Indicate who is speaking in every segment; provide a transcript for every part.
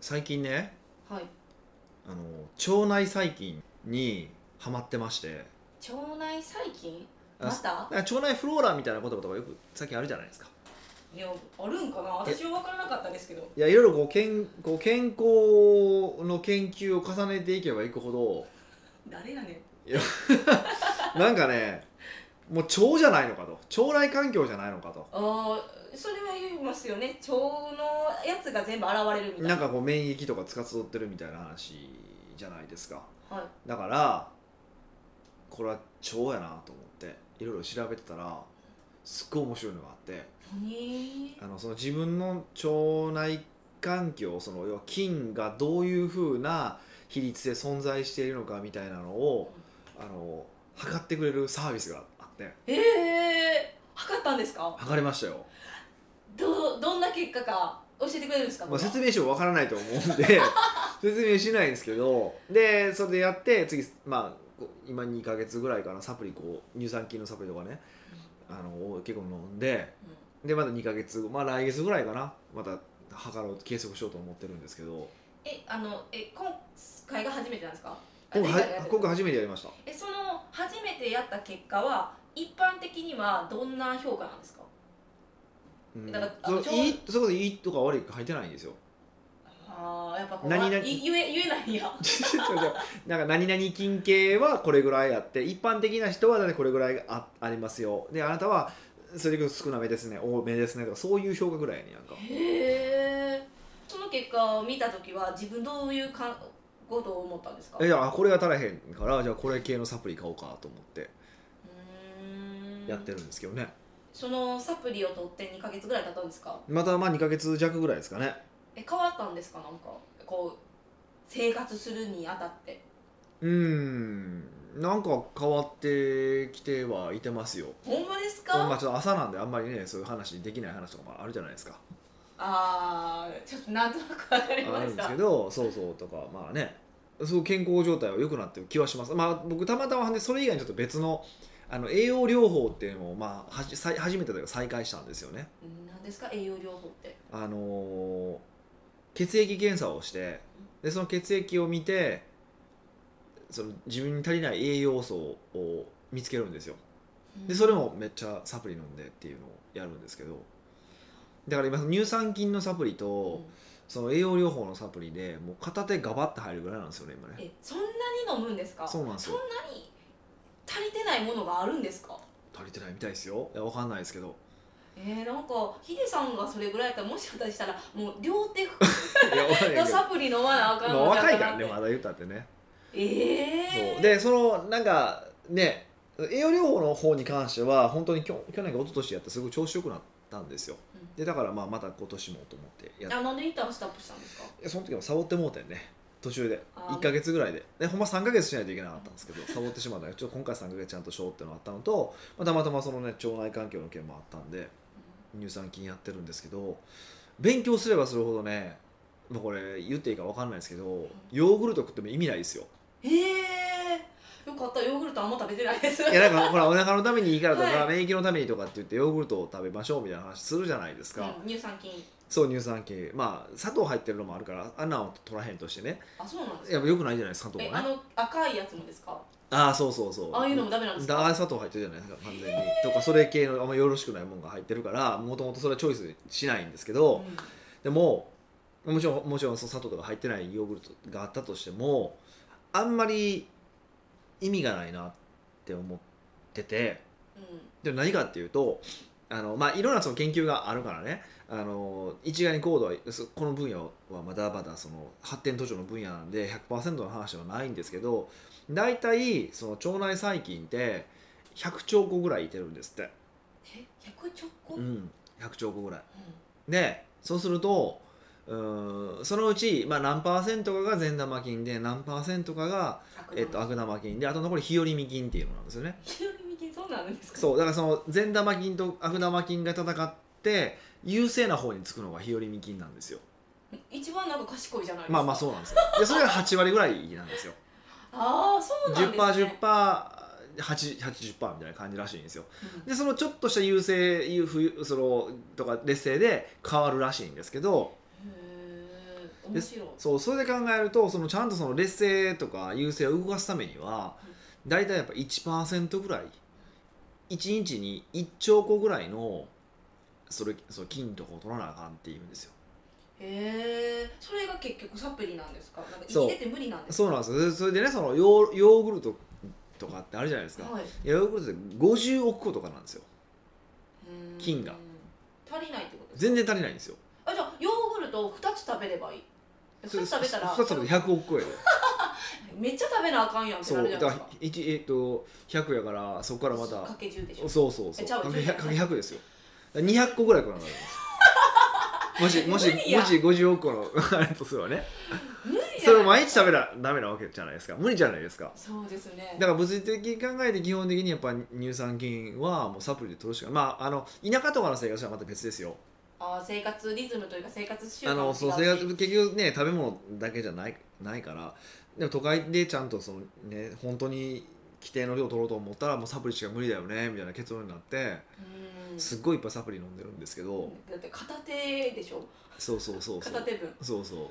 Speaker 1: 最近ね
Speaker 2: はい
Speaker 1: あの腸内細菌にハマってまして
Speaker 2: 腸内細菌
Speaker 1: あ
Speaker 2: ま
Speaker 1: なん
Speaker 2: た
Speaker 1: か腸内フローラみたいな言葉とかよく最近あるじゃないですか
Speaker 2: いやあるんかな私は分からなかったですけど
Speaker 1: いやいろいろこうけんこう健康の研究を重ねていけばいくほど
Speaker 2: 誰やね
Speaker 1: なんかねもう腸じゃないのかと腸内環境じゃないのかと
Speaker 2: ああそれは言いますよね腸のやつが全部現れるみたいな
Speaker 1: なんかこう免疫とかつかつどってるみたいな話じゃないですか
Speaker 2: はい
Speaker 1: だからこれは腸やなと思っていろいろ調べてたらすっごい面白いのがあって
Speaker 2: 何
Speaker 1: あのその自分の腸内環境その要は菌がどういうふうな比率で存在しているのかみたいなのをあの測ってくれるサービスがあって
Speaker 2: ええー、測ったんですか
Speaker 1: 測りましたよ、
Speaker 2: どどんな結果か教えてくれるんですか、
Speaker 1: まあ、説明書わからないと思うんで 説明しないんですけどでそれでやって次まあこう今2ヶ月ぐらいかなサプリこう乳酸菌のサプリとかねあの結構飲んで
Speaker 2: うん
Speaker 1: でまた2ヶ月後まあ来月ぐらいかなまた測ろう計測しようと思ってるんですけど
Speaker 2: えあのえ今回が初めてなんですかあ
Speaker 1: 今
Speaker 2: 前
Speaker 1: 回
Speaker 2: 回がや
Speaker 1: は
Speaker 2: ってた
Speaker 1: 今回初めてやりました
Speaker 2: えその初めてやった結果は一般的にはどんな評価なんですか
Speaker 1: うん
Speaker 2: だからあ
Speaker 1: そ
Speaker 2: の
Speaker 1: う
Speaker 2: ちょう
Speaker 1: いいそこでいいとか悪いか入ってないんですよ。
Speaker 2: ああやっぱこう
Speaker 1: 何々
Speaker 2: あい言え言えないんや
Speaker 1: 違う違うなんか何々菌系はこれぐらいあって一般的な人はだってこれぐらいあありますよであなたはそれより少なめですね多めですねとかそういう評価ぐらいやねなんか
Speaker 2: へえその結果を見た時は自分どういうかんことを思ったんですか
Speaker 1: え
Speaker 2: う
Speaker 1: いやこれが足らへんからじゃあこれ系のサプリ買おうかと思って
Speaker 2: ーん
Speaker 1: やってるんですけどね、
Speaker 2: そのサプリを取って2ヶ月ぐらい経ったんですか
Speaker 1: またまあ2ヶ月弱ぐらいですかね
Speaker 2: え変わったんですかなんかこう生活するにあたって
Speaker 1: うーんなんか変わってきてはいてますよ
Speaker 2: ほんまですか、
Speaker 1: まあちょっと朝なんであんまりねそういう話できない話とかもあるじゃないですか
Speaker 2: あーちょっとなんとなくわかりま
Speaker 1: あるん
Speaker 2: し
Speaker 1: です
Speaker 2: た
Speaker 1: けどそうそうとかまあねすごく健康状態は良くなってる気はしますまあ僕たまたまでそれ以外にちょっと別のあの栄養療法っていうのを、まあ、はじさい初めてというか再開したんですよね
Speaker 2: うんなんですか栄養療法って
Speaker 1: あのー血液検査をしてでその血液を見てその自分に足りない栄養素を見つけるんですよでそれもめっちゃサプリ飲んでっていうのをやるんですけどだから今その乳酸菌のサプリと、
Speaker 2: うん
Speaker 1: その栄養療法のサプリでもう片手ガバッて入るぐらいなんですよね今ね
Speaker 2: えそんなに飲むんですか
Speaker 1: そうなんですよ
Speaker 2: そんなに足りてないものがあるんですか
Speaker 1: 足りてないみたいですよいやわかんないですけど
Speaker 2: えー、なんかヒデさんがそれぐらいやったらもし私したらもう両手
Speaker 1: いやわかんない
Speaker 2: の
Speaker 1: けど
Speaker 2: サプリ飲まなあかん
Speaker 1: まあ
Speaker 2: の
Speaker 1: 若いか
Speaker 2: な
Speaker 1: らねまだ言ったってね、
Speaker 2: ええー、
Speaker 1: そうでそのなんかね栄養療法の方に関しては本当にきょ去年か一昨年やってすごい調子よくなったんですよ
Speaker 2: うん
Speaker 1: でだからまあまた今年もと思ってやっ
Speaker 2: あなんで一旦スタップしたんですか
Speaker 1: いやその時もサボってもうてんね途中で
Speaker 2: あー
Speaker 1: 1か月ぐらいででほんま3か月しないといけなかったんですけどサボってしまったんでちょっと今回3か月ちゃんとしようってのがあったのと、まあ、たまたまそのね腸内環境の件もあったんで乳酸菌やってるんですけど勉強すればするほどねもうこれ言っていいか分かんないですけどヨーグルト食っても意味ないですよ
Speaker 2: ええー、よかったヨーグルトあんま食べてないです
Speaker 1: いやなんかほらお腹のためにいいからとか、
Speaker 2: は
Speaker 1: 免疫のためにとかって言ってヨーグルトを食べましょうみたいな話するじゃないですか、
Speaker 2: うん乳酸菌
Speaker 1: そう乳酸菌まあ砂糖入ってるのもあるからあんなの取らへんとしてね
Speaker 2: あそうなんです
Speaker 1: やっ
Speaker 2: か
Speaker 1: ぱよくないじゃないですか砂
Speaker 2: え
Speaker 1: 糖
Speaker 2: あ
Speaker 1: がね
Speaker 2: の赤いやつもですか
Speaker 1: ああそうそうそう
Speaker 2: ああいうのもダメなんです
Speaker 1: だあ
Speaker 2: か
Speaker 1: ー砂糖入ってるじゃないですか完全にとかそれ系のあんまよろしくないものが入ってるからもともとそれはチョイスしないんですけど、
Speaker 2: うん
Speaker 1: でももちろんもちろんそう砂糖とか入ってないヨーグルトがあったとしてもあんまり意味がないなって思ってて
Speaker 2: うん
Speaker 1: でも何かっていうとあの、まあ、いろんなその研究があるからねあの一概に高度はそこの分野はまだまだその発展途上の分野なんで100%の話ではないんですけど大体その腸内細菌って100兆個ぐらいいてるんですって、
Speaker 2: え100兆個、
Speaker 1: う
Speaker 2: うん
Speaker 1: ん、100兆個ぐらい。でそうするとうーんそのうち、まあ、何パーセントかが善玉菌で何パーセントかが、
Speaker 2: 悪
Speaker 1: えっと、悪玉菌であと残り日和見菌っていうのなんですよね
Speaker 2: 日和見菌そうなんですか
Speaker 1: そうだからその善玉菌と悪玉菌が戦って優勢な方につくのが日和見菌なんですよ
Speaker 2: 一番なんか賢いじゃないですか
Speaker 1: まあまあそうなんですよでそれが8割ぐらいなんですよ
Speaker 2: ああそうなんですね
Speaker 1: 10%10%80% みたいな感じらしいんですよ
Speaker 2: うん
Speaker 1: でそのちょっとした優勢優不そのとか劣勢で変わるらしいんですけど
Speaker 2: へー面白い
Speaker 1: そうそれで考えるとそのちゃんとその劣勢とか優勢を動かすためには大体やっぱ1%ぐらい1日に1兆個ぐらいのそれその金とかを取らなあかんっていうんですよ
Speaker 2: へえそれが結局サプリなんですかなんか
Speaker 1: そう
Speaker 2: 生きてて無理なんですか
Speaker 1: そうなんですよそれでねそのヨーヨーグルトとかってあるじゃないですか、
Speaker 2: はい、
Speaker 1: いやヨーグルトって50億個とかなんですよ
Speaker 2: うん
Speaker 1: 菌が
Speaker 2: 足りないってことです
Speaker 1: 全然足りないんですよ
Speaker 2: あじゃあヨーグルトを2つ食べればいい2つ食べたら
Speaker 1: 2つ食べたら100億個やで
Speaker 2: めっちゃ食べなあかんやんって
Speaker 1: そ
Speaker 2: な
Speaker 1: う
Speaker 2: るじ
Speaker 1: だ
Speaker 2: ゃな
Speaker 1: か
Speaker 2: い
Speaker 1: ら
Speaker 2: ですか
Speaker 1: 一えっと100やからそこからまた
Speaker 2: かけ10でしょ
Speaker 1: そうそうそう
Speaker 2: えちゃう
Speaker 1: かけ
Speaker 2: 10
Speaker 1: 100かけ100ですよだから200個ぐらいこのなるんですよもしもし
Speaker 2: 無理や
Speaker 1: もし50億個の あれとすればね
Speaker 2: 無理じ
Speaker 1: それ
Speaker 2: ゃ
Speaker 1: を
Speaker 2: ない
Speaker 1: 毎日食べらダメなわけじゃないですか無理じゃないですか
Speaker 2: そうですね
Speaker 1: だから物理的に考えて基本的にやっぱ乳酸菌はもうサプリで取るしかまああの田舎とかの生活はまた別ですよ
Speaker 2: あー生活リズムというか生活習慣
Speaker 1: あ
Speaker 2: も違
Speaker 1: の
Speaker 2: うし
Speaker 1: そう生活結局ね食べ物だけじゃないないからでも都会でちゃんとそのね本当に規定の量取ろうと思ったらもうサプリしか無理だよねみたいな結論になって
Speaker 2: うん
Speaker 1: すっごいいっぱいサプリ飲んでるんですけど
Speaker 2: だって片手でしょ
Speaker 1: そうそうそうそう
Speaker 2: 片手分
Speaker 1: そうそ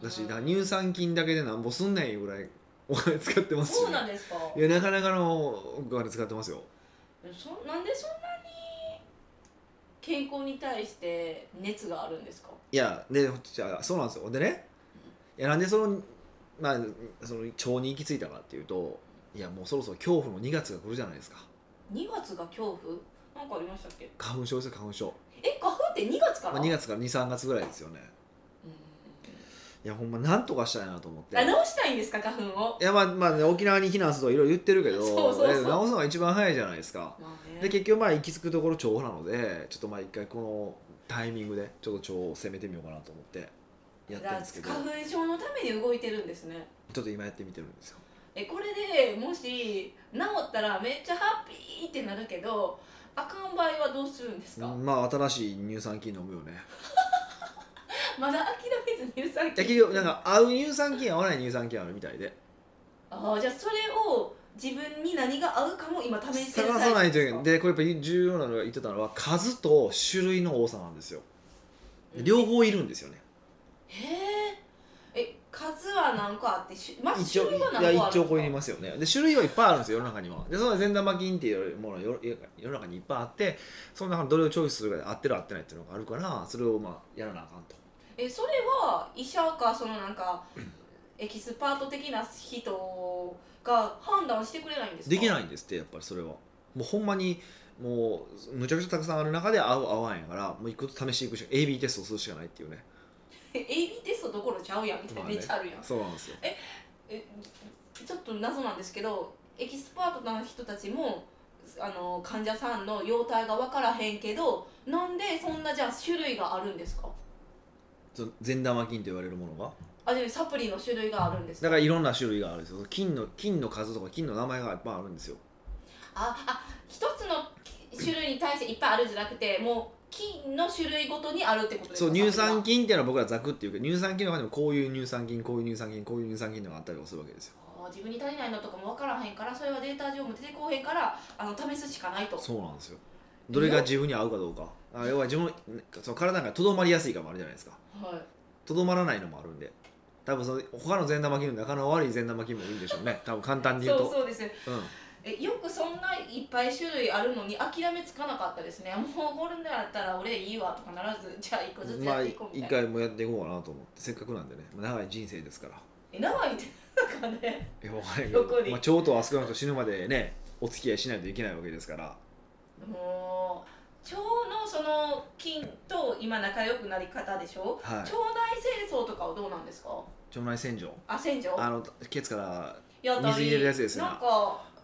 Speaker 1: うだし
Speaker 2: うん
Speaker 1: だから乳酸菌だけでなんぼすんねんいうぐらいお金使ってます
Speaker 2: そう
Speaker 1: よ、
Speaker 2: なんですか
Speaker 1: いやなかなかのお金使ってますよ
Speaker 2: そなんでそんなに健康に対して熱があるんですか
Speaker 1: いやでじゃあそうなんですよでねいやなんでその,、まあ、その腸に行き着いたかっていうといやもうそろそろ恐怖の2月が来るじゃないですか
Speaker 2: 2月が恐怖なんかありましたっけ
Speaker 1: 花粉症ですよ花粉症、
Speaker 2: え花粉って2月か
Speaker 1: ま
Speaker 2: ら、
Speaker 1: あ、2月から23月ぐらいですよね
Speaker 2: うん
Speaker 1: いやほんまなんとかしたいなと思って
Speaker 2: あ直したいんですか花粉を
Speaker 1: いやまあまあね、沖縄に避難するといろいろ言ってるけど
Speaker 2: そうそうそう
Speaker 1: いや直すのが一番早いじゃないですか
Speaker 2: まあね
Speaker 1: で結局まあ行き着くところ腸なのでちょっとまあ一回このタイミングでちょっと腸を攻めてみようかなと思ってやってるんですけど
Speaker 2: だから花粉症のために動いてるんですね
Speaker 1: ちょっと今やってみてるんですよ
Speaker 2: えこれでもし治ったらめっちゃハッピーってなるけどあかん場合はどうするんですか、
Speaker 1: うんまあ新しい乳酸菌飲むよね
Speaker 2: まだ諦めず乳酸
Speaker 1: いや
Speaker 2: 菌
Speaker 1: 結局なんか合う乳酸菌合わない乳酸菌あるみたいで
Speaker 2: ああじゃあそれを自分に何が合うかも今試してる
Speaker 1: 探さないといけな
Speaker 2: 最
Speaker 1: い
Speaker 2: 中
Speaker 1: でこれやっぱ重要なのが言ってたのは数と種類の多さなんですよで
Speaker 2: ですか
Speaker 1: 両方いるんですよね
Speaker 2: へええ数は何個あってしまず
Speaker 1: 一
Speaker 2: 種
Speaker 1: 応
Speaker 2: 類はい
Speaker 1: や
Speaker 2: 何個あ
Speaker 1: 一
Speaker 2: る
Speaker 1: 応
Speaker 2: ん
Speaker 1: これい
Speaker 2: で
Speaker 1: りますよねで種類はいっぱいあるんですよ世の中にはでその善玉菌っていうものが世世の中にいっぱいあってその中のどれをチョイスするかで合ってる合ってないっていうのがあるからそれをまあやらなあかんと
Speaker 2: えそれは医者かそのなんかエキスパート的な人が判断してくれないんですか
Speaker 1: でき
Speaker 2: い
Speaker 1: ないんですってやっぱりそれはもうほんまにもうむちゃくちゃたくさんある中で合う合わんやからもう一個ずつ試していくしか AB テストをするしかないって いうね
Speaker 2: AB テストどころちゃうやんみたいな
Speaker 1: まあ
Speaker 2: め
Speaker 1: ね
Speaker 2: っちゃあるやん
Speaker 1: そうなんですよ
Speaker 2: えちょっと謎なんですけどエキスパートな人たちもあの患者さんの容態が分からへんけどなんでそんなじゃあ種類があるんですか
Speaker 1: その善玉菌と言われるものが
Speaker 2: あじゃあサプリの種類があるんです
Speaker 1: だ
Speaker 2: か
Speaker 1: からいろんな種類があるんですよ菌の菌の数とか菌の名前がいっぱいあるんですよ
Speaker 2: ああ一つの種類に対していっぱいあるんじゃなくてもう菌の種類ごとにあるってことです
Speaker 1: そ
Speaker 2: か
Speaker 1: う乳酸
Speaker 2: 菌
Speaker 1: 菌っていうのは僕らザクっていうけど乳酸菌の中でもこういう乳酸菌こういう乳酸菌こういう乳酸菌とかあったりもするわけですよ
Speaker 2: 自分に足りないのとかも分からへんからそれはデータ上も出てこうへんからあの試すしかないと
Speaker 1: そうなんですよどれが自分に合うかどうかあ要は自分のその体がとどまりやすいかもあるじゃないですか
Speaker 2: はい
Speaker 1: とどまらないのもあるんで多分その他の善玉菌の仲の悪い善玉菌もいいんでしょうね多分簡単に言うと
Speaker 2: そうそうです
Speaker 1: うん
Speaker 2: えよくそんないっぱい種類あるのに諦めつかなかったですねもうこれだったら俺いいわとかならずじゃあ一個ずつ
Speaker 1: ま
Speaker 2: や
Speaker 1: あ
Speaker 2: っていこうみ
Speaker 1: 一
Speaker 2: たいな、
Speaker 1: 回もやっていこうかなと思ってせっかくなんでねまあ長い人生ですから
Speaker 2: え長いってなんかね
Speaker 1: いやわかんないけど、
Speaker 2: どこに
Speaker 1: まあ、腸とあそこの人死ぬまでねお付き合いしないといけないわけですから
Speaker 2: もう腸のその菌と今仲良くなり方でしょ
Speaker 1: はい
Speaker 2: 腸内清掃とかはどうなんですか
Speaker 1: 腸内洗浄
Speaker 2: あ洗浄
Speaker 1: あのケツから
Speaker 2: やったり
Speaker 1: 水入れるやつですね
Speaker 2: なんか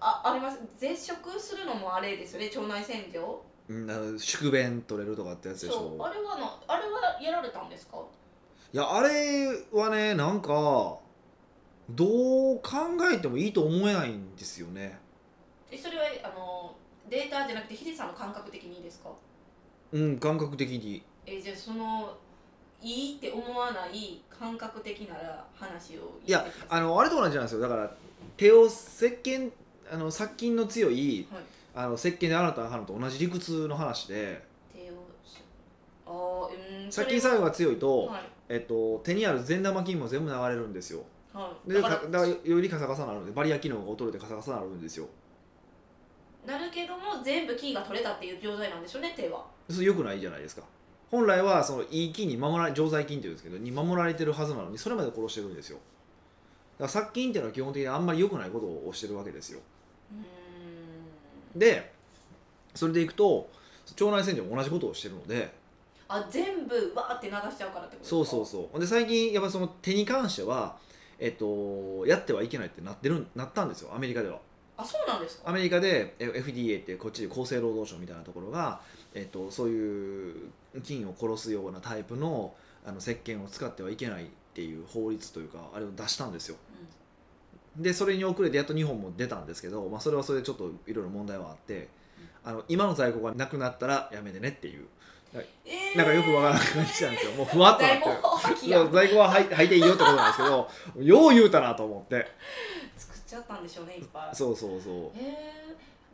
Speaker 2: ああります絶食するのもあれですよね腸内洗浄
Speaker 1: うんあの宿便取れるとかってやつでし
Speaker 2: そうあ
Speaker 1: ょ
Speaker 2: れはなあれはやられたんですか
Speaker 1: いやあれはねなんかどう考えてもいいと思えないんですよね
Speaker 2: えそれはあのデータじゃなくてヒデさんの感覚的にいいですか
Speaker 1: うん感覚的に
Speaker 2: えじゃあそのいいって思わない感覚的なら話を
Speaker 1: いや
Speaker 2: 言ってくださ
Speaker 1: あのあれと同じなんですよだから手を石鹸あの殺菌の強い
Speaker 2: はい
Speaker 1: あの石鹸で洗った歯のと同じ理屈の話で
Speaker 2: 手をしあーうん
Speaker 1: 殺菌作用が強いと、
Speaker 2: はい、
Speaker 1: ええっと、手にある善玉菌も全部流れるんですよ
Speaker 2: はい、
Speaker 1: で
Speaker 2: だ
Speaker 1: か
Speaker 2: か
Speaker 1: だ
Speaker 2: ら
Speaker 1: からよりカサカサなるんでバリア機能が劣るでカサカサなるんですよ
Speaker 2: なるけども全部菌が取れたっていう状態なんでしょうね手は
Speaker 1: それ良くないじゃないですか本来はそのいい菌に守られ常在菌っていうんですけどに守られてるはずなのにそれまで殺してるんですよだから殺菌っていうのは基本的にあんまり良くないことをしてるわけですよ
Speaker 2: うーん
Speaker 1: でそれでいくと腸内洗浄も同じことをしてるので
Speaker 2: あ全部わーって流しちゃうからってことですか
Speaker 1: そうそうそうで最近やっぱその手に関してはえっとやってはいけないってなってるなったんですよアメリカでは
Speaker 2: あそうなんですか
Speaker 1: アメリカでえ FDA ってこっちで厚生労働省みたいなところが、えっと、そういう菌を殺すようなタイプのあの石鹸を使ってはいけないっていう法律というかあれを出したんですよ
Speaker 2: う
Speaker 1: でそれに遅れてやっと日本も出たんですけど、まあ、それはそれでちょっといろいろ問題はあってあの今の在庫がなくなったらやめてねっていうん
Speaker 2: えー
Speaker 1: なんかよくわからん感じなんですよもうふわっとなっ
Speaker 2: 在
Speaker 1: て
Speaker 2: 庫
Speaker 1: る
Speaker 2: 破
Speaker 1: い
Speaker 2: 棄や
Speaker 1: や在庫ははい履いていいよってことなんですけどよう言うたなと思って
Speaker 2: 作っちゃったんでしょうねいっぱい
Speaker 1: そうそうそう
Speaker 2: へえ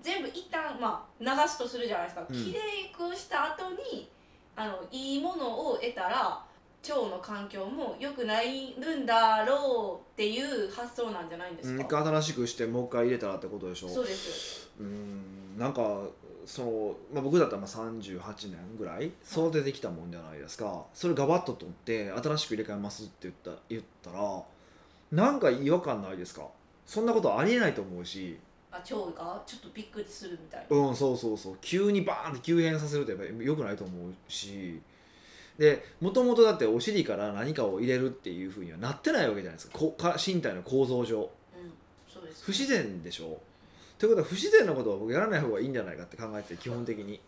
Speaker 2: 全部一旦まあ流すとするじゃないですか、
Speaker 1: うん
Speaker 2: きれいくした後にあのいいものを得たら腸の環境も良くないるんだろうっていう発想なんじゃないんで
Speaker 1: う
Speaker 2: す
Speaker 1: ん
Speaker 2: か、
Speaker 1: 一回新しくしてもう一回入れたらってことでしょ
Speaker 2: そうです
Speaker 1: うーんなんかその、まあ、僕だったらまあ38年ぐらい育ててきたもんじゃないですかそれガバッと取って新しく入れ替えますって言った言ったらなんか違和感ないですかそんなことありえないと思うし
Speaker 2: あ腸がちょっとびっくりするみたいな、
Speaker 1: うんそうそうそう急にバーンって急変させるってやっぱり良くないと思うしでもともとだってお尻から何かを入れるっていうふうにはなってないわけじゃないですかこか身体の構造上
Speaker 2: うん、そうです
Speaker 1: 不自然でしょということは不自然なことは僕やらない方がいいんじゃないかって考えて基本的に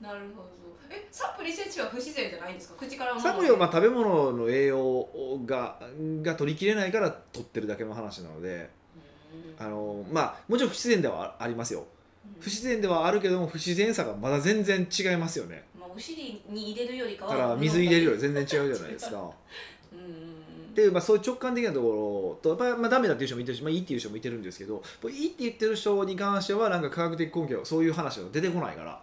Speaker 2: なるほどえサプリ摂取は不自然じゃないんですか口からもの
Speaker 1: サプリはまあ食べ物の栄養がが取りきれないから取ってるだけの話なので
Speaker 2: うん
Speaker 1: あの、まあ、もちろん不自然ではあありますよ不自然ではあるけども不自然さがまだ全然違いますよね
Speaker 2: うんまあ、お尻に入れるよりか
Speaker 1: だ
Speaker 2: は
Speaker 1: から水入れるより全然違うじゃないですか
Speaker 2: うんうん
Speaker 1: で、まあ、そういう直感的なところとやっぱり、まあ、ダメだっていう人もいてるし、まあ、いいっていう人もいてるんですけどいいって言ってる人に関してはなんか科学的根拠そういう話が出てこないから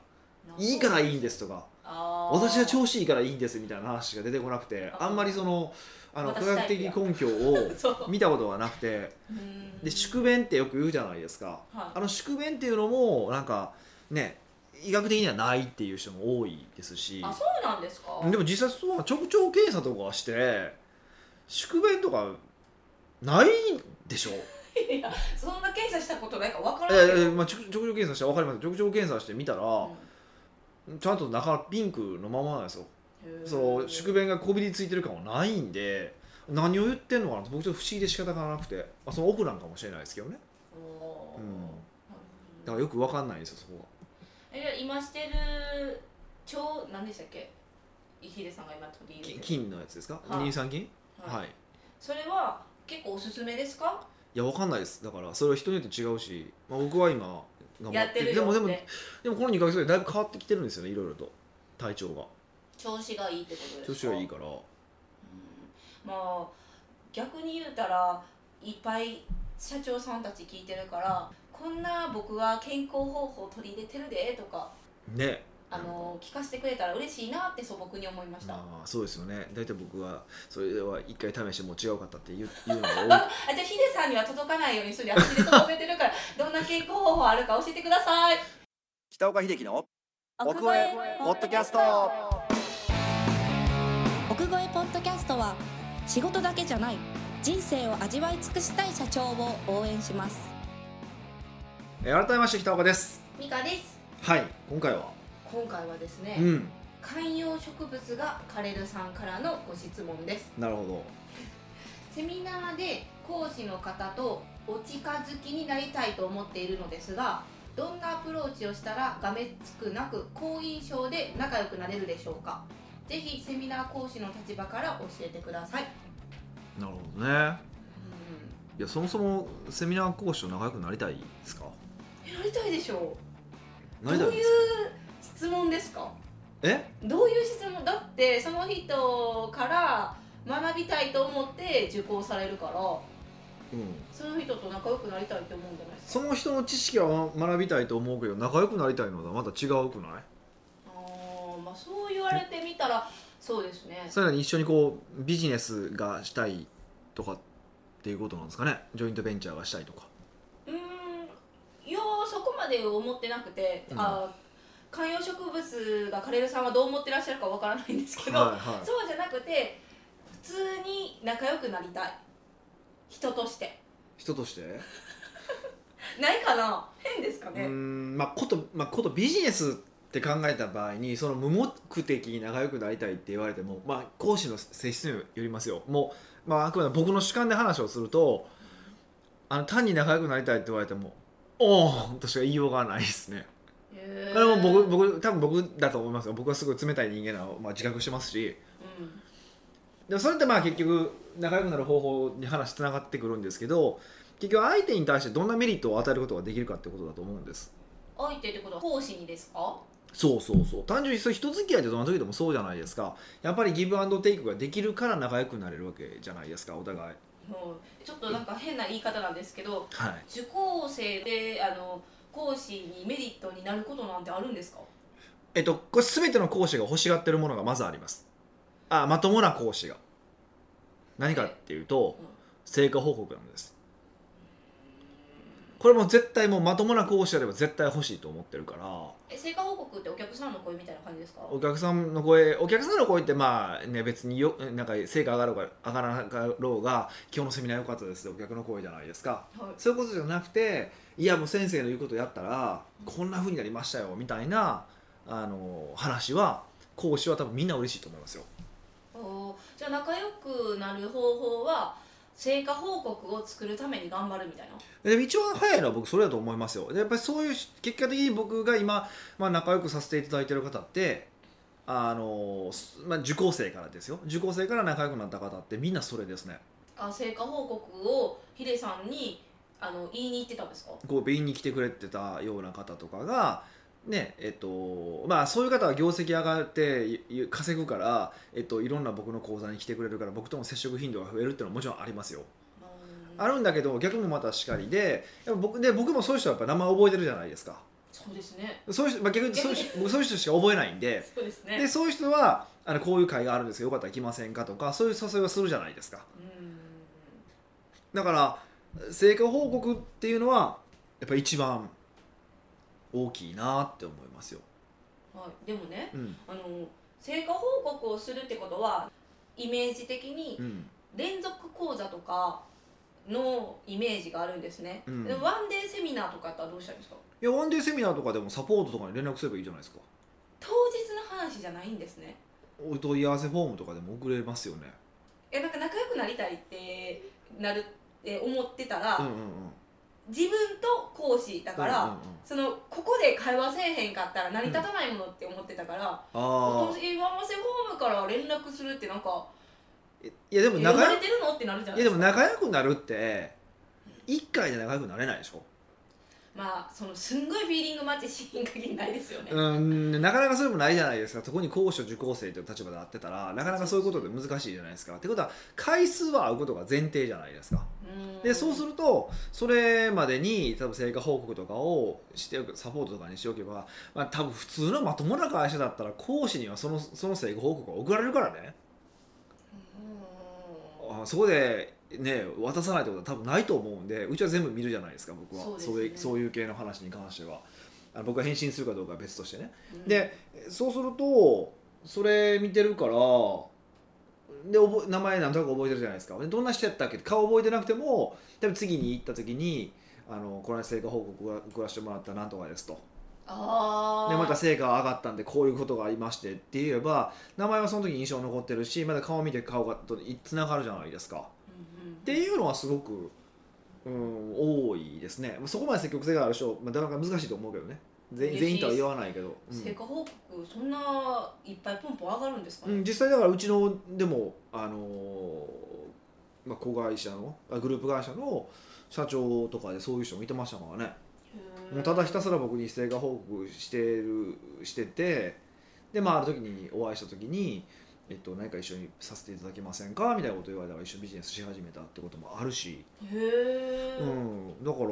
Speaker 1: いいからいいんですとか
Speaker 2: あー
Speaker 1: 私は調子いいからいいんですみたいな話が出てこなくて
Speaker 2: あー
Speaker 1: あんまりそのあの科
Speaker 2: 私
Speaker 1: 学
Speaker 2: タ
Speaker 1: 的
Speaker 2: イプや
Speaker 1: 根拠を
Speaker 2: そう
Speaker 1: 見たことがなくて
Speaker 2: うん
Speaker 1: で宿便ってよく言うじゃないですか
Speaker 2: はい
Speaker 1: あの宿便っていうのもなんかね医学的にはないっていう人も多いですし
Speaker 2: あそうなんですか
Speaker 1: でも実際そう直腸検査とかして宿便とかないでしょ
Speaker 2: いやそんな検査したことないから分か
Speaker 1: え
Speaker 2: らないけど、
Speaker 1: えまあ、直直腸検査して分かります直腸検査してみたら、ちゃんと中ピンクのままなんですよ
Speaker 2: うん
Speaker 1: その宿便がこびりついてる感はないんで何を言ってんのかなと僕ちょっと不思議で仕方がなくて、まあ、その奥なんかもしれないですけどね、
Speaker 2: おー
Speaker 1: うん、だか
Speaker 2: なるほ
Speaker 1: ら
Speaker 2: ど
Speaker 1: よく分かんないんですよそこは。
Speaker 2: えじゃあ今してる腸何でしたっけ伊秀さんが今取り入
Speaker 1: き
Speaker 2: れてる
Speaker 1: 菌のやつですか、
Speaker 2: はい
Speaker 1: 乳酸菌はい、い、
Speaker 2: それは結構おすすめですか
Speaker 1: やわかんないですだからそれは人によって違うし、まあ、僕は今頑張
Speaker 2: や
Speaker 1: っ
Speaker 2: っててるよ
Speaker 1: でもでも
Speaker 2: って
Speaker 1: でもこの2ヶ月でだいぶ変わってきてるんですよねいろいろと体調が
Speaker 2: 調子がいいってことです
Speaker 1: 調
Speaker 2: か
Speaker 1: 子がいいから
Speaker 2: うんまあ逆に言うたらいっぱい社長さんたち聞いてるからこんな僕は健康方法取り入れてるでとか
Speaker 1: ね
Speaker 2: あの聞かせてくれたら嬉しいなって素朴に思いました、
Speaker 1: まあそうですよね大体僕はそれは一回試してもう違うかったって言う言うのが多い
Speaker 2: あじゃあヒデさんには届かないように一人で走りと止めてるからどんな健康方法あるか教えてください
Speaker 1: 北岡秀樹の奥越えポッドキャスト
Speaker 3: 奥越えポッドキャストは仕事だけじゃない人生を味わい尽くしたい社長を応援します
Speaker 1: えー改めまして北岡です
Speaker 2: ミカです
Speaker 1: はい今回は
Speaker 2: 今回はですね、
Speaker 1: うん
Speaker 2: 観葉植物が枯れるさんからのご質問です
Speaker 1: なるほど
Speaker 2: セミナーで講師の方とお近づきになりたいと思っているのですがどんなアプローチをしたらがめつくなく好印象で仲良くなれるでしょうかぜひセミナー講師の立場から教えてください、
Speaker 1: なるほどねいやそもそもセミナー講師と仲良くなりたいですか
Speaker 2: うん、やりたいでしょう
Speaker 1: なりたい
Speaker 2: どう
Speaker 1: で
Speaker 2: いう
Speaker 1: すか
Speaker 2: 質問ですか
Speaker 1: え
Speaker 2: どういう質問だってその人から学びたいと思って受講されるから
Speaker 1: うん
Speaker 2: その人と仲良くなりたいって思うんじゃないです
Speaker 1: そ
Speaker 2: か
Speaker 1: の人の知識は学びたいと思うけど仲良くなりたいのはまた違うくない
Speaker 2: あーまあそう言われてみたらそうですね
Speaker 1: さらに一緒にこうビジネスがしたいとかっていうことなんですかねジョイントベンチャーがしたいとか
Speaker 2: うーんいやーそこまで思ってなくて、
Speaker 1: うん
Speaker 2: あー観葉植物がカレルさんはどう思ってらっしゃるかわからないんですけど、
Speaker 1: いは
Speaker 2: そうじゃなくて普通に仲良くなりたい人として
Speaker 1: 人として
Speaker 2: ないかな変ですか
Speaker 1: う
Speaker 2: ね、
Speaker 1: ーんまあこと,、まあ、ことビジネスって考えた場合にその無目的に仲良くなりたいって言われても、まあ、講師の性質によりますよもう、まあ、あくまで僕の主観で話をするとあの単に仲良くなりたいって言われてもおおとしか言いようがないですね
Speaker 2: へー
Speaker 1: これも僕僕多分僕だと思いますよ僕はすごい冷たい人間なのを、まあ、自覚してますし
Speaker 2: うん
Speaker 1: でもそれってまあ結局仲良くなる方法に話つながってくるんですけど結局相手に対してどんなメリットを与えることができるかってことだと思うんです
Speaker 2: 相手ってことは講師にですか
Speaker 1: そうそうそう単純にそれ人付き合いってどんな時でもそうじゃないですかやっぱりギブアンドテイクができるから仲良くなれるわけじゃないですかお互い
Speaker 2: もうちょっとなんか変な言い方なんですけど
Speaker 1: はい
Speaker 2: 受講生であの講師にメリットになることなんてあるんですか
Speaker 1: えっとこれ全ての講師が欲しがってるものがまずありますあまともな講師が何かっていうと
Speaker 2: うん
Speaker 1: 成果報告なんですこれも絶対もうまともな講師であれば絶対欲しいと思ってるから
Speaker 2: え成果報告ってお客さんの声みたいな感じですか
Speaker 1: お客さんの声お客さんの声ってまあね別によなんか成果上がろうが上がらなかろうが今日のセミナー良かったですってお客の声じゃないですか
Speaker 2: はい
Speaker 1: そういうことじゃなくていやもう先生の言うことやったら
Speaker 2: うん
Speaker 1: こんな風になりましたよみたいなあの話は講師は多分みんな嬉しいと思いますよ
Speaker 2: おーじゃあ仲良くなる方法は成果報告を作るために頑張るみたいな
Speaker 1: でも一番早いのは僕それだと思いますよでやっぱりそういう結果的に僕が今、まあ、仲良くさせていただいてる方ってあの、すまあ、受講生からですよ受講生から仲良くなった方ってみんなそれですね
Speaker 2: あ成果報告をヒデさんにあの言いに行ってたんですか
Speaker 1: こう便に来てくれてたような方とかが、ねえっとまあ、そういう方は業績上がっていい稼ぐから、えっと、いろんな僕の講座に来てくれるから僕との接触頻度が増えるっていうのはもちろんありますよ
Speaker 2: うーん
Speaker 1: あるんだけど逆もまたしかりでやっぱ僕で僕もそういう人はやっぱ名前覚えてるじゃないですか
Speaker 2: そうですね
Speaker 1: そういう人、まあ、逆にそういう人僕そういう人しか覚えないんで
Speaker 2: そうですね
Speaker 1: でそういう人はあのこういう会があるんですけどよかったら来ませんかとかそういう誘いはするじゃないですか
Speaker 2: うーん
Speaker 1: だから成果報告っていうのはやっぱり一番大きいなって思いますよ。
Speaker 2: はい、でもね
Speaker 1: うん
Speaker 2: あの成果報告をするってことはイメージ的に
Speaker 1: うん
Speaker 2: 連続講座とかのイメージがあるんですね、
Speaker 1: うん
Speaker 2: でワンデーセミナーとかやったらどうしたらいいんですか
Speaker 1: いやワンデーセミナーとかでもサポートとかに連絡すればいいじゃないですか
Speaker 2: 当日の話じゃないんですね
Speaker 1: お問い合わせフォームとかでも送れますよね
Speaker 2: えなんか仲良くなりたいってなるって思ってたら、
Speaker 1: うんうんうん
Speaker 2: 自分と講師だから、
Speaker 1: うんうんうん
Speaker 2: そのここで会話せえへんかったら成り立たないものって思ってたから、お
Speaker 1: ああ
Speaker 2: 年合わせフォームから連絡するってなんか
Speaker 1: いやで
Speaker 2: 呼
Speaker 1: も
Speaker 2: ば
Speaker 1: 仲
Speaker 2: れ
Speaker 1: 良
Speaker 2: てるのってなるじゃ
Speaker 1: い
Speaker 2: ない
Speaker 1: やで
Speaker 2: で
Speaker 1: すも
Speaker 2: か
Speaker 1: 仲良くなるって一回で仲良くなれないでしょ
Speaker 2: まあそのすんごいフィーリングマッチしん限りないですよね、
Speaker 1: うんなかなかそれもないじゃないですか特に高所受講生という立場で会ってたらなかなかそういうことで難しいじゃないですかってことは回数は会うことが前提じゃないですか
Speaker 2: うん
Speaker 1: でそうするとそれまでに多分成果報告とかをしておくサポートとかにしておけば、まあ、多分普通のまともな会社だったら講師にはそのその成果報告が送られるからね
Speaker 2: うん
Speaker 1: あそこで、ね、渡さないってことは多分ないと思うんでうちは全部見るじゃないですか僕は
Speaker 2: そうですね
Speaker 1: そういうそういう系の話に関してはあの僕が返信するかどうかは別としてね
Speaker 2: うん
Speaker 1: でそうするとそれ見てるからで覚え名前なんとなく覚えてるじゃないですかでどんな人やったっけ顔覚えてなくても多分次に行った時にあのこの間成果報告を送らせてもらったなんとかですと
Speaker 2: ああ
Speaker 1: でまた成果が上がったんでこういうことがありましてって言えば名前はその時に印象に残ってるしまだ顔見て顔がつながるじゃないですかって
Speaker 2: で
Speaker 1: いうのはすごく、うん、多いですねまあそこまで積極性がある人、まあ、なかなか難しいと思うけどね全員全員とは言わないけど、うん
Speaker 2: 成果報告そんないっぱいポンポン上がるんですか
Speaker 1: う
Speaker 2: ね、
Speaker 1: ん、実際だからうちのでも、あのーまあ、子会社のあグループ会社の社長とかでそういう人もいてましたからね、もうただひたすら僕に成果報告してるしててでまあある時にお会いした時に、えっと、何か一緒にさせていただけませんかみたいなこと言われたから一緒にビジネスし始めたってこともあるし、
Speaker 2: へえ、
Speaker 1: うん、だから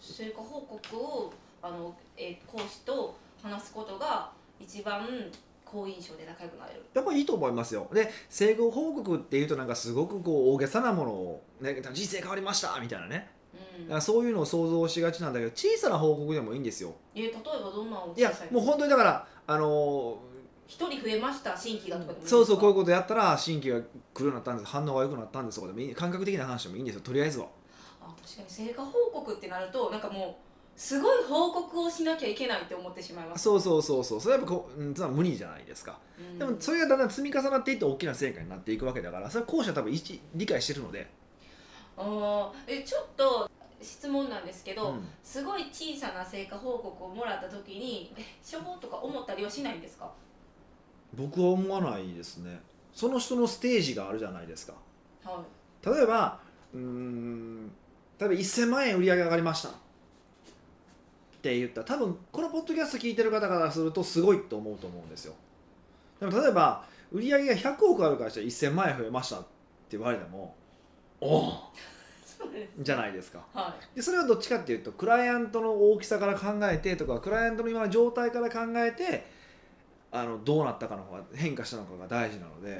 Speaker 2: 成果報告をあの、えー講師と話すことが一番こ好印象で仲良くなれる
Speaker 1: やっぱいいと思いますよで成功報告っていうとなんかすごくこう大げさなものを、ね、人生変わりましたみたいなね
Speaker 2: うん
Speaker 1: だからそういうのを想像しがちなんだけど小さな報告でもいいんですよ
Speaker 2: え例えばどんなお
Speaker 1: いやもう本当にだからあの
Speaker 2: 一人増えました新規がとかでもいいんですか
Speaker 1: そうそうこういうことやったら新規が来るようになったんです反応が良くなったんですとかでもいい感覚的な話でもいいんですよとりあえずは
Speaker 2: あ確かに成果報告ってなるとなんかもうすごい報告をしなきゃいけないって思ってしまいます、
Speaker 1: そうそうそうそうそれはやっぱこう、うん、それは無理じゃないですか
Speaker 2: うん
Speaker 1: でもそれがだんだん積み重なっていって大きな成果になっていくわけだからそれは後者多分一理解してるので、
Speaker 2: あーえちょっと質問なんですけ
Speaker 1: う
Speaker 2: ど、
Speaker 1: ん
Speaker 2: すごい小さな成果報告をもらった時にえしょぼとか思ったりはしないんですか
Speaker 1: 僕は思わないですねその人のステージがあるじゃないですか
Speaker 2: は
Speaker 1: 例えばうーん例えば1000万円売り上げ上がりましたって言ったら多分このポッドキャスト聞いてる方からするとすごいと思うと思うんですよでも例えば売り上げが100億あるからしたら1000万円増えましたって言われてもおお
Speaker 2: いそうです
Speaker 1: じゃないですか
Speaker 2: は
Speaker 1: でそれはどっちかっていうとクライアントの大きさから考えてとかクライアントの今の状態から考えてあのどうなったかの方が変化したのかが大事なので
Speaker 2: い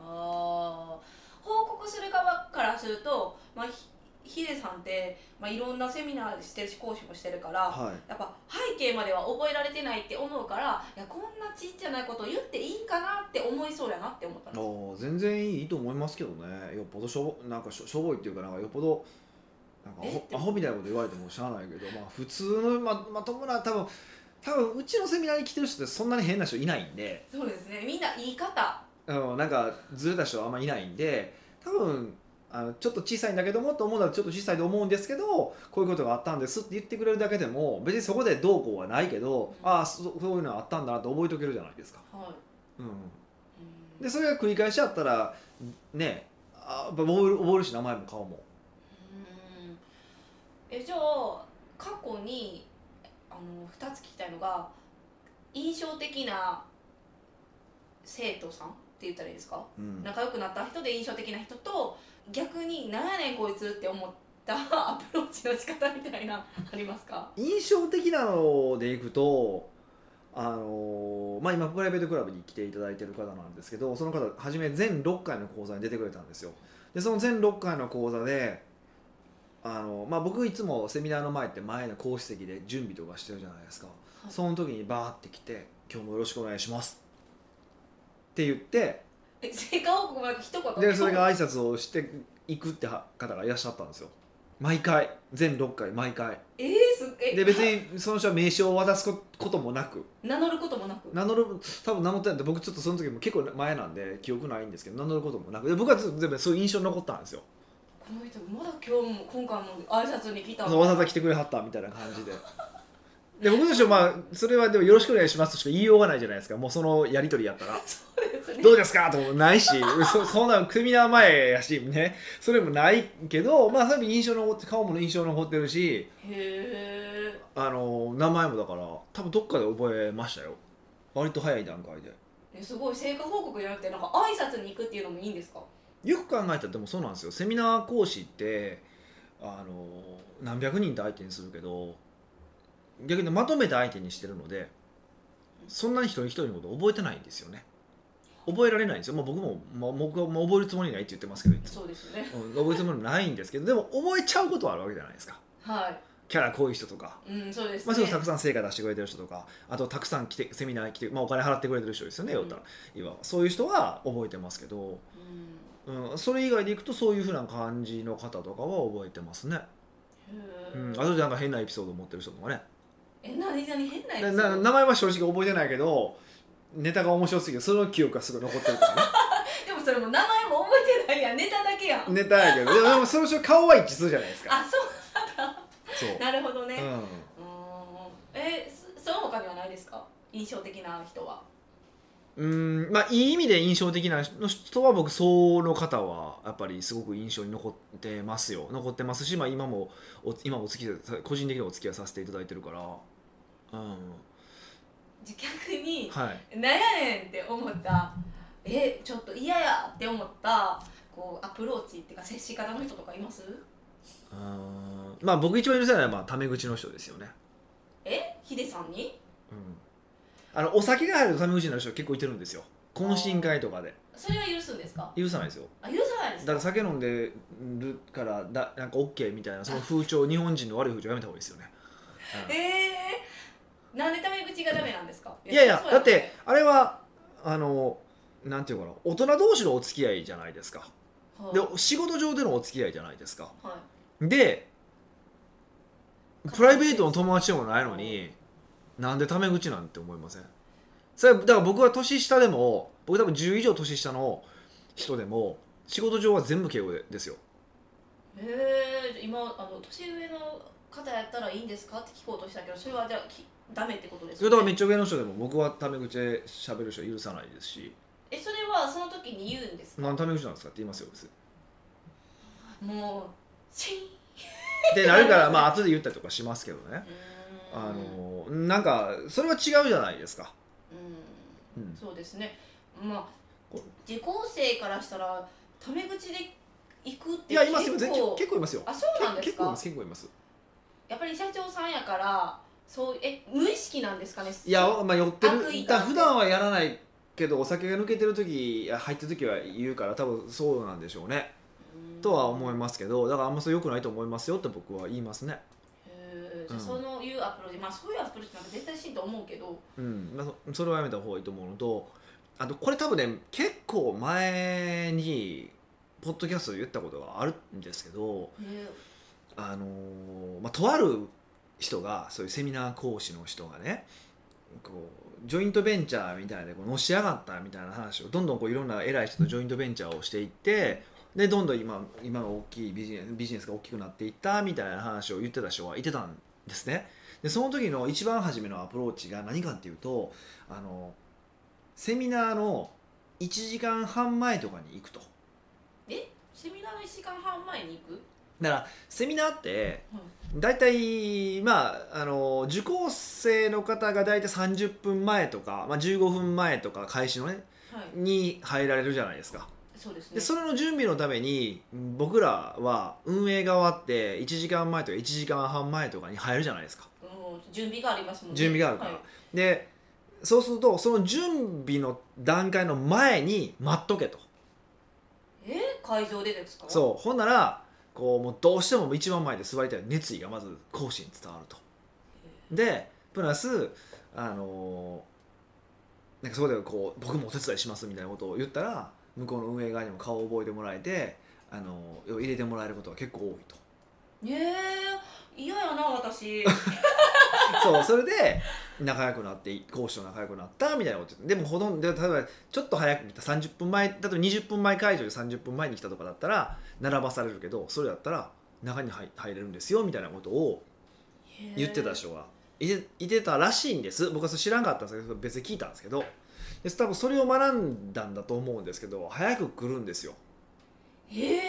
Speaker 2: あー報告する側からすると、まあ、ひヒデさんって、まあ、いろんなセミナーしてるし講師もしてるから、
Speaker 1: は
Speaker 2: やっぱ背景までは覚えられてないって思うからいやこんなちっちゃなこと言っていいんかなって思いそうやなって思ったん
Speaker 1: い
Speaker 2: です
Speaker 1: おー全然いいと思いますけどねよっぽどしょぼなんかしょしょぼいっていうかなんかよっぽどなんかア
Speaker 2: えっ
Speaker 1: ホ
Speaker 2: て
Speaker 1: アホみたいなこと言われてもしゃあないけど、まあ、普通のままともな多分多分うちのセミナーに来てる人ってそんなに変な人いないんで。
Speaker 2: そうですねみんな言い方
Speaker 1: うん、なんかずれた人はあんまりいないんで多分あのちょっと小さいんだけどもと思うのはちょっと小さいと思うんですけどこういうことがあったんですって言ってくれるだけでも別にそこでどうこうはないけど、
Speaker 2: うん
Speaker 1: ああそそういうのはあったんだなと覚えておけるじゃないですか。
Speaker 2: は
Speaker 1: うん、
Speaker 2: い
Speaker 1: でそれが繰り返しあったらねあ覚える覚えるし名前も顔も。
Speaker 2: うんえじゃあ過去にあの2つ聞きたいのが印象的な生徒さんって言ったらいいですか
Speaker 1: うん
Speaker 2: 仲良くなった人で印象的な人と逆に「なんやねんこいつ」って思った アプローチの仕方みたいなありますか
Speaker 1: 印象的なのでいくとあのまあ、今プライベートクラブに来ていただいてる方なんですけどその方はじめ全6回の講座に出てくれたんですよでその全6回の講座であの、まあ、僕いつもセミナーの前って前の講師席で準備とかしてるじゃないですか、
Speaker 2: い
Speaker 1: その時にバーって来て「今日もよろしくお願いします」って言って
Speaker 2: え成果報告もなんか一言
Speaker 1: でそれが挨拶をしていくっては方がいらっしゃったんですよ毎回全6回毎回
Speaker 2: えー、すえ
Speaker 1: で別にその人は名刺を渡すここともなく
Speaker 2: 名乗ることもなく
Speaker 1: 名乗る多分名乗ってないんで僕ちょっとその時も結構前なんで記憶ないんですけど名乗ることもなくで僕はずっと全部そういう印象に残ったんですよ
Speaker 2: この人まだ今日も今回も挨拶に来た
Speaker 1: わざわざ来てくれはったみたいな感じでで僕としては まあそれはでもよろしくお願いしますとしか言いようがないじゃないですかもうそのやり取りやったら
Speaker 2: そうですね
Speaker 1: どうですかともないし そそんなのセミナー前やしねそれもないけどまあそれも印象に残って顔も印象に残ってるし
Speaker 2: へー
Speaker 1: あの名前もだから多分どっかで覚えましたよ割と早い段階で
Speaker 2: えすごい成果報告じゃなくてなんか挨拶に行くっていうのもいいんですか
Speaker 1: よく考えたらでもそうなんですよセミナー講師ってあの何百人って相手にするけど逆にまとめて相手にしてるのでそんなに一人一人のこと覚えてないんですよね覚えられないんですよ、まあ、僕も、まあ、僕はもう覚えるつもりないって言ってますけどいつも
Speaker 2: そうですね
Speaker 1: うん覚えるつもりないんですけどでも覚えちゃうことはあるわけじゃないですか
Speaker 2: は
Speaker 1: キャラ濃い人とか、
Speaker 2: いうんそうです
Speaker 1: まあ、
Speaker 2: ね、
Speaker 1: それこそたくさん成果出してくれてる人とかあとたくさん来てセミナーに来て、まあ、お金払ってくれてる人ですよね、
Speaker 2: うん
Speaker 1: 要は言ったらそういう人は覚えてますけど
Speaker 2: うん
Speaker 1: うん、それ以外でいくとそういうふうな感じの方とかは覚えてますね、
Speaker 2: へ
Speaker 1: うん、あ
Speaker 2: ー
Speaker 1: とでなんか変なエピソード持ってる人とかね
Speaker 2: え何何変な
Speaker 1: な
Speaker 2: やつ
Speaker 1: な名前は正直覚えてないけどネタが面白すぎてその記憶がすごい残ってるからね
Speaker 2: でもそれも名前も覚えてないやんネタだけやん、
Speaker 1: ネタやけどでもでもその人顔は一致するじゃないですか
Speaker 2: あそう
Speaker 1: そう、
Speaker 2: なるほどね
Speaker 1: うん、
Speaker 2: うーんえそその他にはないですか印象的な人は
Speaker 1: うんまあいい意味で印象的な人は僕その方はやっぱりすごく印象に残ってますよ残ってますし、まあ、今もお今もお付き合いさ個人的にお付き合いさせていただいてるからうん
Speaker 2: じゃあ逆に
Speaker 1: はい
Speaker 2: なんやねんって思ったえちょっと嫌やって思ったこうアプローチっていうか接し方の人とかいます
Speaker 1: うーんまあ僕一番許せないのはまあタメ口の人ですよね。
Speaker 2: えヒデさんに
Speaker 1: うんあのお酒が入るとタメ口になる人結構いてるんですよ懇親会とかで
Speaker 2: それは許すんですか
Speaker 1: 許さないですよ
Speaker 2: あ許さない
Speaker 1: だか
Speaker 2: ですから
Speaker 1: 酒飲んでるからだなんか OK みたいなその風潮日本人の悪い風潮やめた方がいいですよね、うん
Speaker 2: えー、なんでタメ口がダメなんですか
Speaker 1: いやいや
Speaker 2: そう
Speaker 1: だ
Speaker 2: よ
Speaker 1: っ
Speaker 2: ね
Speaker 1: てあれはあのなんていうのかな大人同士のお付き合いじゃないですか
Speaker 2: はい
Speaker 1: で仕事上でのお付き合いじゃないですか
Speaker 2: はい
Speaker 1: でプライベートの友達でもないのになんでタメ口なんて思いませんそれだから僕は年下でも僕多分10以上年下の人でも仕事上は全部敬語でですよ
Speaker 2: えー、今あの年上の方やったらいいんですかって聞こうとしたけどそれはじゃあきダメってことです
Speaker 1: それだからめっちゃ上の人でも僕はタメ口で喋る人は許さないですし
Speaker 2: えそれはその時に言うんですか、
Speaker 1: なんでタメ口なんですかって言いますよ別に
Speaker 2: もうチーン
Speaker 1: でなるからまあ後で言ったりとかしますけどね
Speaker 2: うーん
Speaker 1: あのなんかそれは違うじゃないですか、
Speaker 2: う
Speaker 1: うん
Speaker 2: んそうですねまあ受講生からしたらタメ口で行くっ
Speaker 1: い
Speaker 2: てい
Speaker 1: やいますよ全然結構いますよ
Speaker 2: あそうなんです
Speaker 1: 結構い
Speaker 2: か
Speaker 1: ます結構います
Speaker 2: やっぱり社長さんやからそうえ無意識なんですかね
Speaker 1: いや、まあ、寄って
Speaker 2: 悪
Speaker 1: る
Speaker 2: 意
Speaker 1: だ
Speaker 2: が
Speaker 1: 普段はやらないけどお酒が抜けてる時入ってる時は言うから多分そうなんでしょうね
Speaker 2: うん
Speaker 1: とは思いますけどだからあんまそれ良くないと思いますよって僕は言いますね
Speaker 2: へーじゃあ
Speaker 1: うん
Speaker 2: そのいうアプローチまあそういうアプローチなんか絶対しんと思うけど
Speaker 1: うん、まあ、そそれはやめた方がいいと思うのとあとこれ多分ね結構前にポッドキャストで言ったことがあるんですけど
Speaker 2: へ
Speaker 1: あのーまあ、とある人がそういうセミナー講師の人がねこうジョイントベンチャーみたいでこうのし上がったみたいな話をどんどんこういろんな偉い人とジョイントベンチャーをしていってでどんどん今今の大きいビジネスビジネスが大きくなっていったみたいな話を言ってた人はいてたんですね。でその時の一番初めのアプローチが何かっていうとあのセミナーの1時間半前とかに行くと。
Speaker 2: セミナーの1時間半前に行く
Speaker 1: だからセミナーって大体、まあ、あの受講生の方が大体30分前とか、まあ、15分前とか開始のね
Speaker 2: はい
Speaker 1: に入られるじゃないですか
Speaker 2: そうですね
Speaker 1: でそれの準備のために僕らは運営が終わって1時間前とか1時間半前とかに入るじゃないですか
Speaker 2: うん準備がありますもんね
Speaker 1: 準備があるから、
Speaker 2: はい
Speaker 1: でそうするとその準備の段階の前に待っとけと
Speaker 2: え会場でですか
Speaker 1: そうほんならこうもうどうしても一番前で座りたい熱意がまず講師に伝わるとでプラスあのーなんかそこでこう僕もお手伝いしますみたいなことを言ったら向こうの運営側にも顔を覚えてもらえて、あのー入れてもらえることが結構多いと
Speaker 2: ええ嫌やな私
Speaker 1: そうそれで仲良くなって講師と仲良くなったみたいなことでもほとんどで例えばちょっと早く来た30分前例えば20分前会場で30分前に来たとかだったら並ばされるけどそれだったら中に入入れるんですよみたいなことを言ってた人がいていてたらしいんです僕はそれ知らなかったんですけど別に聞いたんですけどで多分それを学んだんだと思うんですけど早く来るんですよ
Speaker 2: へえ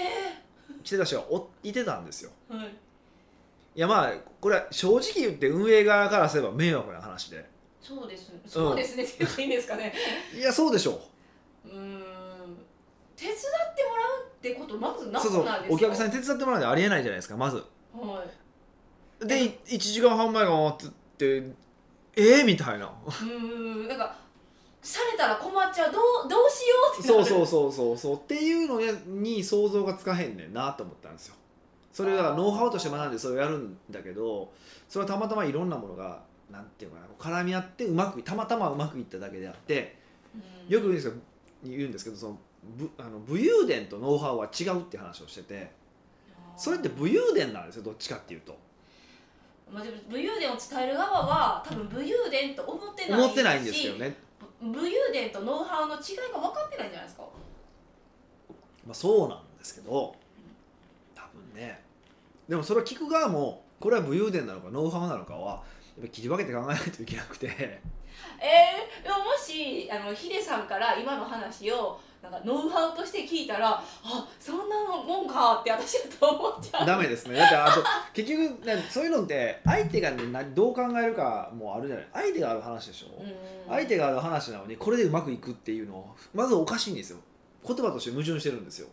Speaker 1: 来てた人がおいてたんですよ
Speaker 2: はい
Speaker 1: いやまあこれは正直言って運営側からすれば迷惑な話で
Speaker 2: そうですねそうですねって言っていいんですかね
Speaker 1: いやそうでしょ
Speaker 2: うーん手伝ってもらうってことまず
Speaker 1: う
Speaker 2: な
Speaker 1: そう
Speaker 2: く
Speaker 1: そう
Speaker 2: ないですか
Speaker 1: お客さんに手伝ってもらうのはありえないじゃないですかまず
Speaker 2: は
Speaker 1: でい1時間半前が終わっててえー、みたいな
Speaker 2: い、うーんなんかされたら困っちゃうどうどうしようってな
Speaker 1: そ
Speaker 2: る
Speaker 1: うそうそうそうそうっていうのに想像がつかへんねんなと思ったんですよそれは
Speaker 2: あー
Speaker 1: ノウハウとして学んでそれをやるんだけどそれはたまたまいろんなものがなんていうかな絡み合ってうまくたまたまうまくいっただけであって
Speaker 2: うん
Speaker 1: よく言うんですよ言うんですけどそのぶあの武勇伝とノウハウは違うって話をしててそれって武勇伝なんですよどっちかっていうと
Speaker 2: まあ、でも武勇伝を伝える側は多分武勇伝と思ってない
Speaker 1: 思ってないんですけど
Speaker 2: し
Speaker 1: ね、
Speaker 2: 武勇伝とノウハウの違いが分かってないんじゃないですか
Speaker 1: まあ、そうなんですけど多分ねでもそれは聞く側もこれは武勇伝なのかノウハウなのかはやっぱり切り分けて考えないといけなくて
Speaker 2: えー、でももしあのヒデさんから今の話をなんかノウハウとして聞いたらあそんなもんかって私はと思っちゃう
Speaker 1: ダメですねだってあと結局ねそういうのって相手が、ね、などう考えるかもあるじゃない相手がある話でしょ、
Speaker 2: うん
Speaker 1: 相手がある話なのにこれでうまくいくっていうのはまずおかしいんですよ言葉として矛盾してるんですよ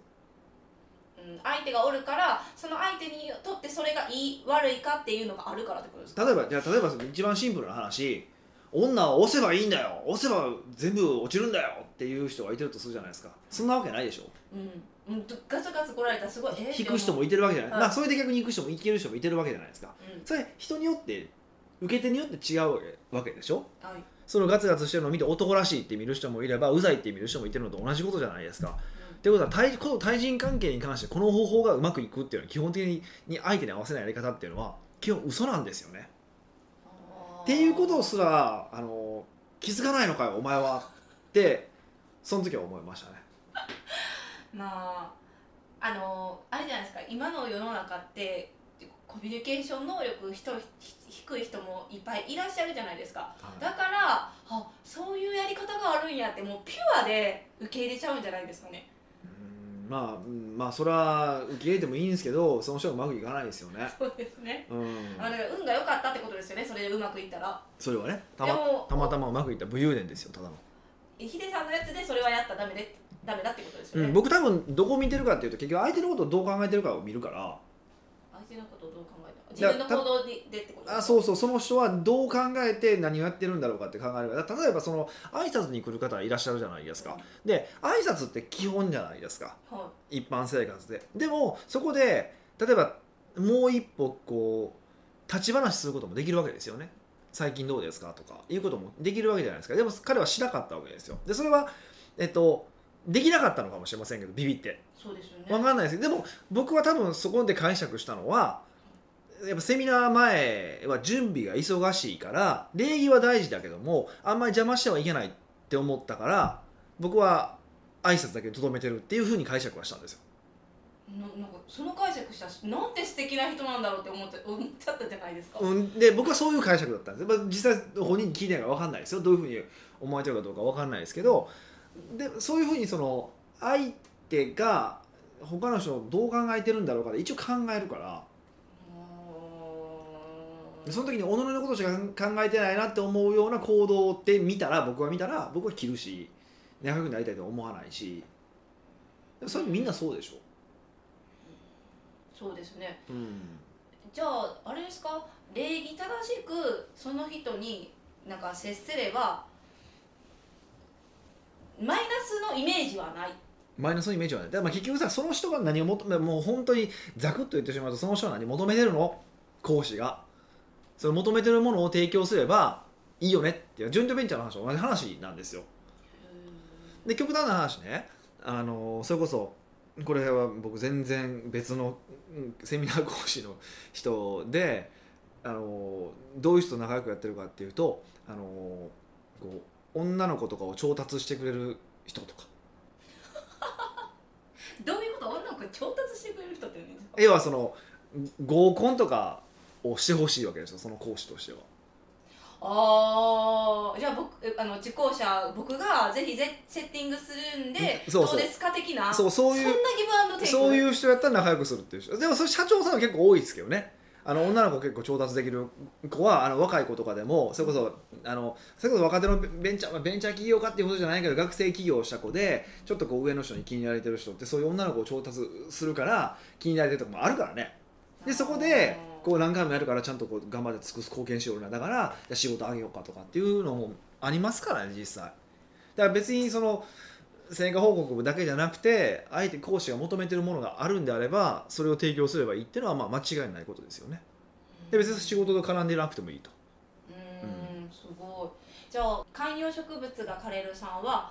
Speaker 2: うん相手がおるからその相手にとってそれがいい悪いかっていうのがあるからってことですか
Speaker 1: 例えばじゃあ例えばその一番シンプルな話女は押せばいいんだよ押せば全部落ちるんだよっていう人がいてるとするじゃないですかそんなわけないでしょ
Speaker 2: うん、うん、ガツガツ来られたらすごいえー
Speaker 1: 引く人もいてるわけじゃない、
Speaker 2: はい
Speaker 1: まあそれで逆に行く人も行ける人もいてるわけじゃないですか
Speaker 2: うん
Speaker 1: それ人によって受け手によって違うわけわけでしょ
Speaker 2: はい
Speaker 1: そのガツガツしてるのを見て男らしいって見る人もいればうざいって見る人もいてるのと同じことじゃないですかってことは対この対人関係に関してこの方法がうまくいくっていうのは基本的に相手に合わせないやり方っていうのは基本嘘なんですよね。っていうことすらあの気づかないのかよお前はってその時は思いましたね。
Speaker 2: まああのあれじゃないですか今の世の中ってコミュニケーション能力人ひ低い人もいっぱいいらっしゃるじゃないですかだからあそういうやり方があるんやってもうピュアで受け入れちゃうんじゃないですかね
Speaker 1: うんまあうんまあそれは受け入れてもいいんですけどその人はうまくいかないですよね。
Speaker 2: そうですね
Speaker 1: うん、
Speaker 2: あだから運が良かったってことですよねそれでうまくいったら
Speaker 1: それはねた
Speaker 2: で
Speaker 1: ま
Speaker 2: も
Speaker 1: たまたまうまくいった武勇伝ですよただの。
Speaker 2: ヒデさんのやつでそれはやったらダメでダメだってことですよ
Speaker 1: う
Speaker 2: ね、
Speaker 1: ん、僕多分どこ見てるかっていうと結局相手のことをどう考えてるかを見るから
Speaker 2: 相手のことをどう考えた自分の行動にでってこと
Speaker 1: あそううそうその人はどう考えて何をやってるんだろうかって考えるから例えばその挨拶に来る方いらっしゃるじゃないで
Speaker 2: です
Speaker 1: かで挨拶って基本じゃないですか
Speaker 2: はい
Speaker 1: 一般生活ででもそこで例えばもう一歩こう立ち話することもできるわけですよね最近どうですかとかいうこともできるわけじゃないですかでも彼はしなかったわけですよでそれはえっとできなかったのかもしれませんけどビビって
Speaker 2: そうですよね
Speaker 1: わかんないですけどでも僕は多分そこで解釈したのはやっぱセミナー前は準備が忙しいから礼儀は大事だけどもあんまり邪魔してはいけないって思ったから僕は挨拶だけでとどめてるっていうふうに解釈はしたんですよ。
Speaker 2: ななんかその解釈したらなんて素敵な人なんだろうって思って思っちゃったじゃないですか、
Speaker 1: うん、で僕はそういう解釈だったんです、まあ、実際本人に聞いてないから分かんないですよどういうふうに思われてるかどうか分かんないですけどでそういうふうにその相手が他の人をどう考えてるんだろうかで一応考えるから。
Speaker 2: うーん
Speaker 1: その時に己のことしか考えてないなって思うような行動って見たら僕は見たら僕は着るし仲良くなりたいと思わないしでもそれみんなそうでしょ、
Speaker 2: そうですね
Speaker 1: うん、
Speaker 2: じゃああれですか礼儀正しくその人になんか接せればマイナスのイメージはない
Speaker 1: マイナスのイメージはねだからまあ結局さその人が何を求めもう本当にザクッと言ってしまうとその人は何求めてるの講師がその求めてるものを提供すればいいよねっていうジョイントベンチャーの話は同じ話なんですよで極端な話ねあのそれこそこれは僕全然別のうんセミナー講師の人であのどういう人と仲良くやってるかっていうとあのこう女の子とかを調達してくれる人とか
Speaker 2: どういうこと女の子に調達してくれる人って言うんですか
Speaker 1: 要はその合コンとかをしてほしいわけですよその講師としては。
Speaker 2: ああじゃあ僕えあの受講者僕がぜひぜセッティングするんで
Speaker 1: うんそうそう
Speaker 2: どうですか的な
Speaker 1: そうそう
Speaker 2: そん
Speaker 1: い
Speaker 2: な
Speaker 1: う
Speaker 2: ギブアンドテイク
Speaker 1: そういう人やったら仲良くするっていう人でもそれ社長さんは結構多いですけどねあの女の子結構調達できる子はあの若い子とかでもそれこそあのそれこそ若手のベンチャーまあベンチャー企業家っていうことじゃないけど学生起業した子でちょっとこう上の人に気に入られてる人ってそういう女の子を調達するから気に入られてるとこもあるからねでそこでこう何回もやるからちゃんとこう頑張って尽くす貢献しようなだからじゃあ仕事あげようかとかっていうのもありますからね実際だから別にその成果報告だけじゃなくてあえて講師が求めてるものがあるんであればそれを提供すればいいっていうのはまあ間違いないことですよねで別に仕事と絡んでなくてもいいと
Speaker 2: うんうんすごいじゃあ観葉植物が枯れるさんは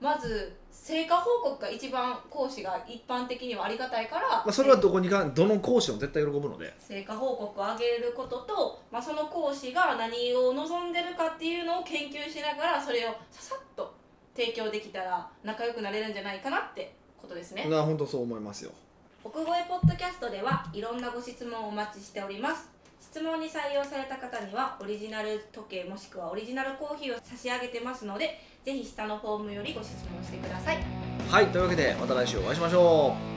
Speaker 2: まず成果報告が一番講師が一般的にはありがたいから、
Speaker 1: まあ、それはどこにかどの講師も絶対喜ぶので
Speaker 2: 成果報告を上げることと、まあ、その講師が何を望んでるかっていうのを研究しながらそれをささっと提供できたら仲良くなれるんじゃないかなってことですね
Speaker 1: な本当そう思いますよ
Speaker 2: 奥越えポッドキャストではいろんなご質問をお待ちしております質問に採用された方にはオリジナル時計もしくはオリジナルコーヒーを差し上げてますのでぜひ下のフォームよりご質問してください
Speaker 1: はいというわけでまた来週お会いしましょう